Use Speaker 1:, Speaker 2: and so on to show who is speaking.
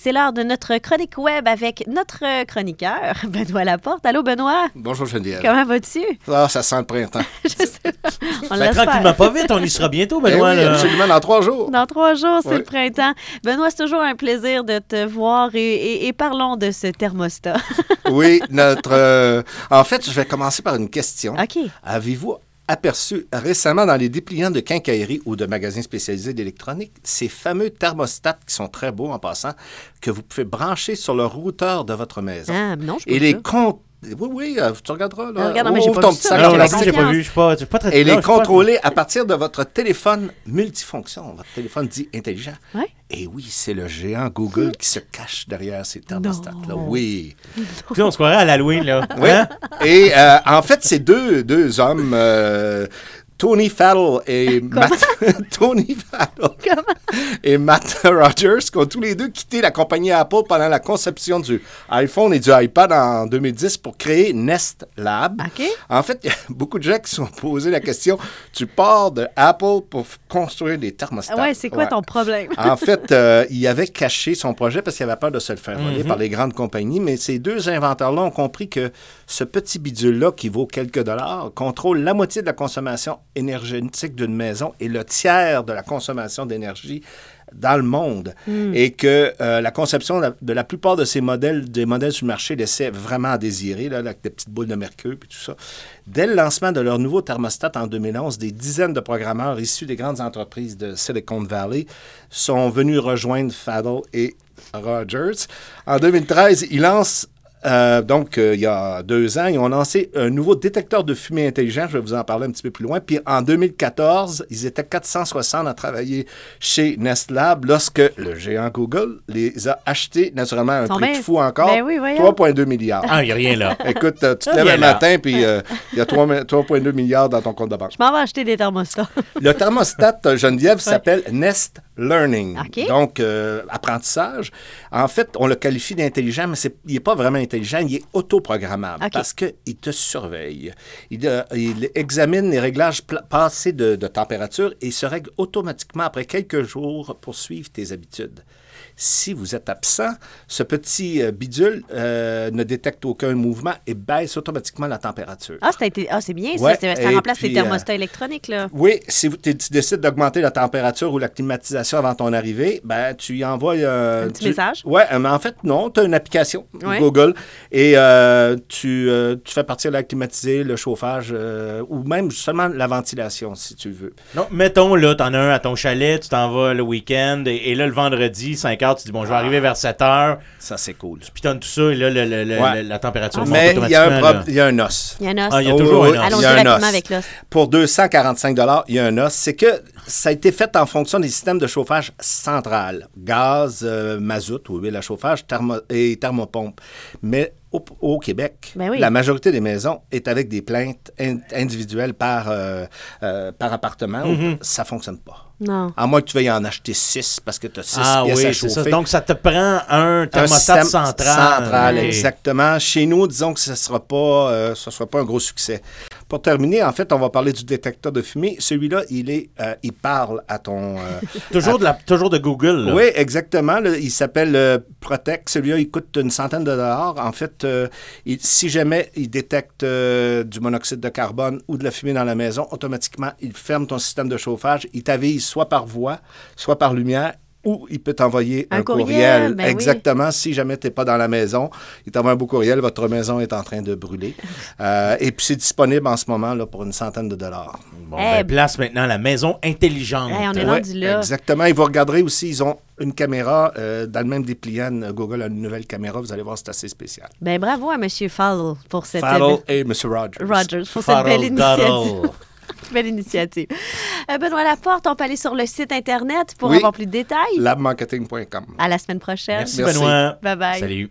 Speaker 1: c'est l'heure de notre chronique web avec notre chroniqueur, Benoît Laporte. Allô, Benoît?
Speaker 2: Bonjour Geneviève.
Speaker 1: Comment vas-tu?
Speaker 2: Ah, ça sent le printemps.
Speaker 1: Je sais pas. On
Speaker 3: Ben,
Speaker 1: l'espère.
Speaker 3: tranquillement, pas vite, on y sera bientôt,
Speaker 2: Eh
Speaker 3: Benoît.
Speaker 2: oui,
Speaker 3: là.
Speaker 2: absolument, dans trois jours.
Speaker 1: Dans trois jours, c'est
Speaker 2: Ouais.
Speaker 1: le printemps. Benoît, c'est toujours un plaisir de te voir et, et- et parlons de ce thermostat.
Speaker 2: Oui, notre. euh, en fait, je vais commencer par une question.
Speaker 1: OK.
Speaker 2: Avez-vous aperçu récemment dans les dépliants de quincaillerie ou de magasins spécialisés d'électronique ces fameux thermostats qui sont très beaux en passant, que vous pouvez brancher sur le routeur de votre maison?
Speaker 1: Ah, non, je
Speaker 2: Et
Speaker 1: peux
Speaker 2: les
Speaker 1: pas.
Speaker 2: comptes. Oui, oui, euh, tu regarderas. Là.
Speaker 1: Ah, regarde, non, mais
Speaker 2: Ouvre
Speaker 1: j'ai pas
Speaker 2: ton
Speaker 1: vu
Speaker 2: petit
Speaker 1: ça.
Speaker 2: sac
Speaker 1: Ah,
Speaker 3: Non,
Speaker 2: de
Speaker 1: la
Speaker 3: non
Speaker 2: lapin.
Speaker 3: plus, j'ai pas
Speaker 1: confiance.
Speaker 3: vu, je suis pas, je suis pas très
Speaker 2: Et
Speaker 3: non, je
Speaker 2: les
Speaker 3: suis pas-
Speaker 2: contrôler à partir de votre téléphone multifonction, votre téléphone dit intelligent.
Speaker 1: Ouais.
Speaker 2: Et oui, c'est le géant Google qui se cache derrière ces thermostats-là. Oui.
Speaker 3: Tu sais, on se croirait à l'Halloween, là.
Speaker 2: Oui.
Speaker 3: Hein?
Speaker 2: Et euh, en fait, c'est deux, deux hommes, euh, Tony Farrell et Matt, Tony Farrell et Matt Rogers, qui ont tous les deux quitté la compagnie Apple pendant la conception du iPhone et du iPad en 2010 pour créer Nest Lab.
Speaker 1: OK.
Speaker 2: En fait, il y a beaucoup de gens qui se sont posés la question tu pars de Apple pour f- construire des thermostats.
Speaker 1: Ah ouais, c'est quoi
Speaker 2: Ouais.
Speaker 1: ton problème?
Speaker 2: En fait, euh, il avait caché son projet parce qu'il avait peur de se le faire voler par les grandes compagnies, mais ces deux inventeurs-là ont compris que ce petit bidule-là, qui vaut quelques dollars, contrôle la moitié de la consommation énergétique d'une maison et le tiers de la consommation d'énergie dans le monde. Et que euh, la conception de la- de la plupart de ces modèles, des modèles sur le marché, laissait vraiment à désirer, là, avec des petites boules de mercure puis tout ça. Dès le lancement de leur nouveau thermostat en 2011, des dizaines de programmeurs issus des grandes entreprises de Silicon Valley sont venus rejoindre Faddle et Rogers. En 2013, ils lancent, euh, donc euh, il y a deux ans, ils ont lancé un nouveau détecteur de fumée intelligent, je vais vous en parler un petit peu plus loin. Puis en 2014, ils étaient 460 à travailler chez Nestlab lorsque le géant Google les a achetés, naturellement, à un
Speaker 1: Sont
Speaker 2: prix de
Speaker 1: bien-
Speaker 2: fou encore,
Speaker 1: Ben oui, voyons.
Speaker 2: 3,2 milliards.
Speaker 3: Ah, il n'y a rien, là.
Speaker 2: Écoute, euh, tu te
Speaker 3: Ah,
Speaker 2: lèves
Speaker 3: il est
Speaker 2: le
Speaker 3: là.
Speaker 2: matin, puis euh, il y a 3 3,2 milliards dans ton compte de banque.
Speaker 1: Je m'en vais acheter des thermostats.
Speaker 2: Le thermostat euh, Geneviève s'appelle Nest Learning.
Speaker 1: OK.
Speaker 2: Donc, euh, apprentissage. En fait, on le qualifie d'intelligent, mais c'est- il n'est pas vraiment intelligent, il est autoprogrammable
Speaker 1: OK.
Speaker 2: parce qu'il te surveille. Il, euh, il examine les réglages pla- passés de, de température et se règle automatiquement après quelques jours pour suivre tes habitudes. Si vous êtes absent, ce petit euh, bidule euh, ne détecte aucun mouvement et baisse automatiquement la température.
Speaker 1: Ah, c'est inté- ah, c'est bien, ça.
Speaker 2: Ouais,
Speaker 1: C'est- ça
Speaker 2: et
Speaker 1: remplace les
Speaker 2: puis, euh,
Speaker 1: thermostats électroniques, là.
Speaker 2: Oui, si vous- tu tu décides d'augmenter la température ou la climatisation avant ton arrivée, ben tu y envoies euh,
Speaker 1: Un petit
Speaker 2: tu-
Speaker 1: message?
Speaker 2: Ouais, euh, mais en fait non, tu as une application
Speaker 1: Ouais.
Speaker 2: Google et euh, tu, euh, tu fais partir la climatiser, le chauffage euh, ou même seulement la ventilation si tu veux.
Speaker 3: Non, mettons, là, t'en as un à ton chalet, tu t'en vas le week-end, et, et là, le vendredi, 5 h, tu dis, bon, je vais arriver vers 7 h,
Speaker 2: Ça c'est cool.
Speaker 1: Ah,
Speaker 3: tu pitonnes tout ça, et là, le- le- le-
Speaker 2: Ouais.
Speaker 3: le- la température monte
Speaker 2: Mais il y a un
Speaker 3: automatiquement,
Speaker 2: prob- il y a un os.
Speaker 1: Il y en a.
Speaker 3: Ah, il y a
Speaker 2: Oh,
Speaker 3: toujours
Speaker 2: oui,
Speaker 3: un os.
Speaker 2: oui,
Speaker 1: Allons
Speaker 2: il y a un
Speaker 1: directement
Speaker 2: os.
Speaker 1: avec l'os.
Speaker 2: Pour 245 il y a un os. C'est que ça a été fait en fonction des systèmes de chauffage central. Gaz, euh, mazout ou huile à chauffage thermo- et thermopompe. Mais au, au Québec,
Speaker 1: Ben oui.
Speaker 2: la majorité des maisons est avec des plaintes in- individuelles par, euh, euh, par appartement.
Speaker 3: Mm-hmm.
Speaker 2: Ça ne fonctionne pas.
Speaker 1: Non.
Speaker 2: À moins que tu veuilles en acheter six parce que tu as six
Speaker 3: Ah
Speaker 2: pièces à
Speaker 3: oui, c'est
Speaker 2: chauffer
Speaker 3: ça. Donc, ça te prend un
Speaker 2: un
Speaker 3: thermostat
Speaker 2: système
Speaker 3: central.
Speaker 2: central,
Speaker 3: Ok.
Speaker 2: exactement. Chez nous, disons que ce ne sera, pas, euh, ce sera pas un gros succès. Pour terminer, en fait, on va parler du détecteur de fumée. Celui-là, il, est, euh, il parle à ton... euh,
Speaker 3: Toujours de, la, toujours de Google, là.
Speaker 2: oui, exactement. là. il s'appelle euh, Protect. Celui-là, il coûte une centaine de dollars. En fait, euh, il- si jamais il détecte euh, du monoxyde de carbone ou de la fumée dans la maison, automatiquement, il ferme ton système de chauffage. Il t'avise soit par voie, soit par lumière. Ou il peut t'envoyer
Speaker 1: Un
Speaker 2: un,
Speaker 1: courriel, ben oui.
Speaker 2: Exactement. Si jamais tu n'es pas dans la maison, il t'envoie un beau courriel. Votre maison est en train de brûler. Euh, et puis, c'est disponible en ce moment là, pour une centaine de dollars.
Speaker 3: Bon,
Speaker 1: Eh,
Speaker 3: ben, place maintenant la maison intelligente.
Speaker 1: Hey, on est
Speaker 2: Ouais,
Speaker 1: rendu là.
Speaker 2: Exactement. Et vous regarderez aussi, ils ont une caméra euh, dans le même dépliant. euh, Google a une nouvelle caméra. Vous allez voir, c'est assez spécial.
Speaker 1: Ben bravo à M. Farrell pour cette
Speaker 2: Farrell
Speaker 1: belle-
Speaker 2: et M. Rogers.
Speaker 1: Rogers pour cette
Speaker 3: Farrell
Speaker 1: belle initiative.
Speaker 3: Darrell.
Speaker 1: belle initiative. Euh, Benoît Laporte, on peut aller sur le site Internet pour
Speaker 2: Oui.
Speaker 1: avoir plus de détails.
Speaker 2: Labmarketing.com.
Speaker 1: À la semaine prochaine.
Speaker 3: Merci,
Speaker 2: Merci.
Speaker 3: Benoît.
Speaker 1: Bye bye.
Speaker 3: Salut.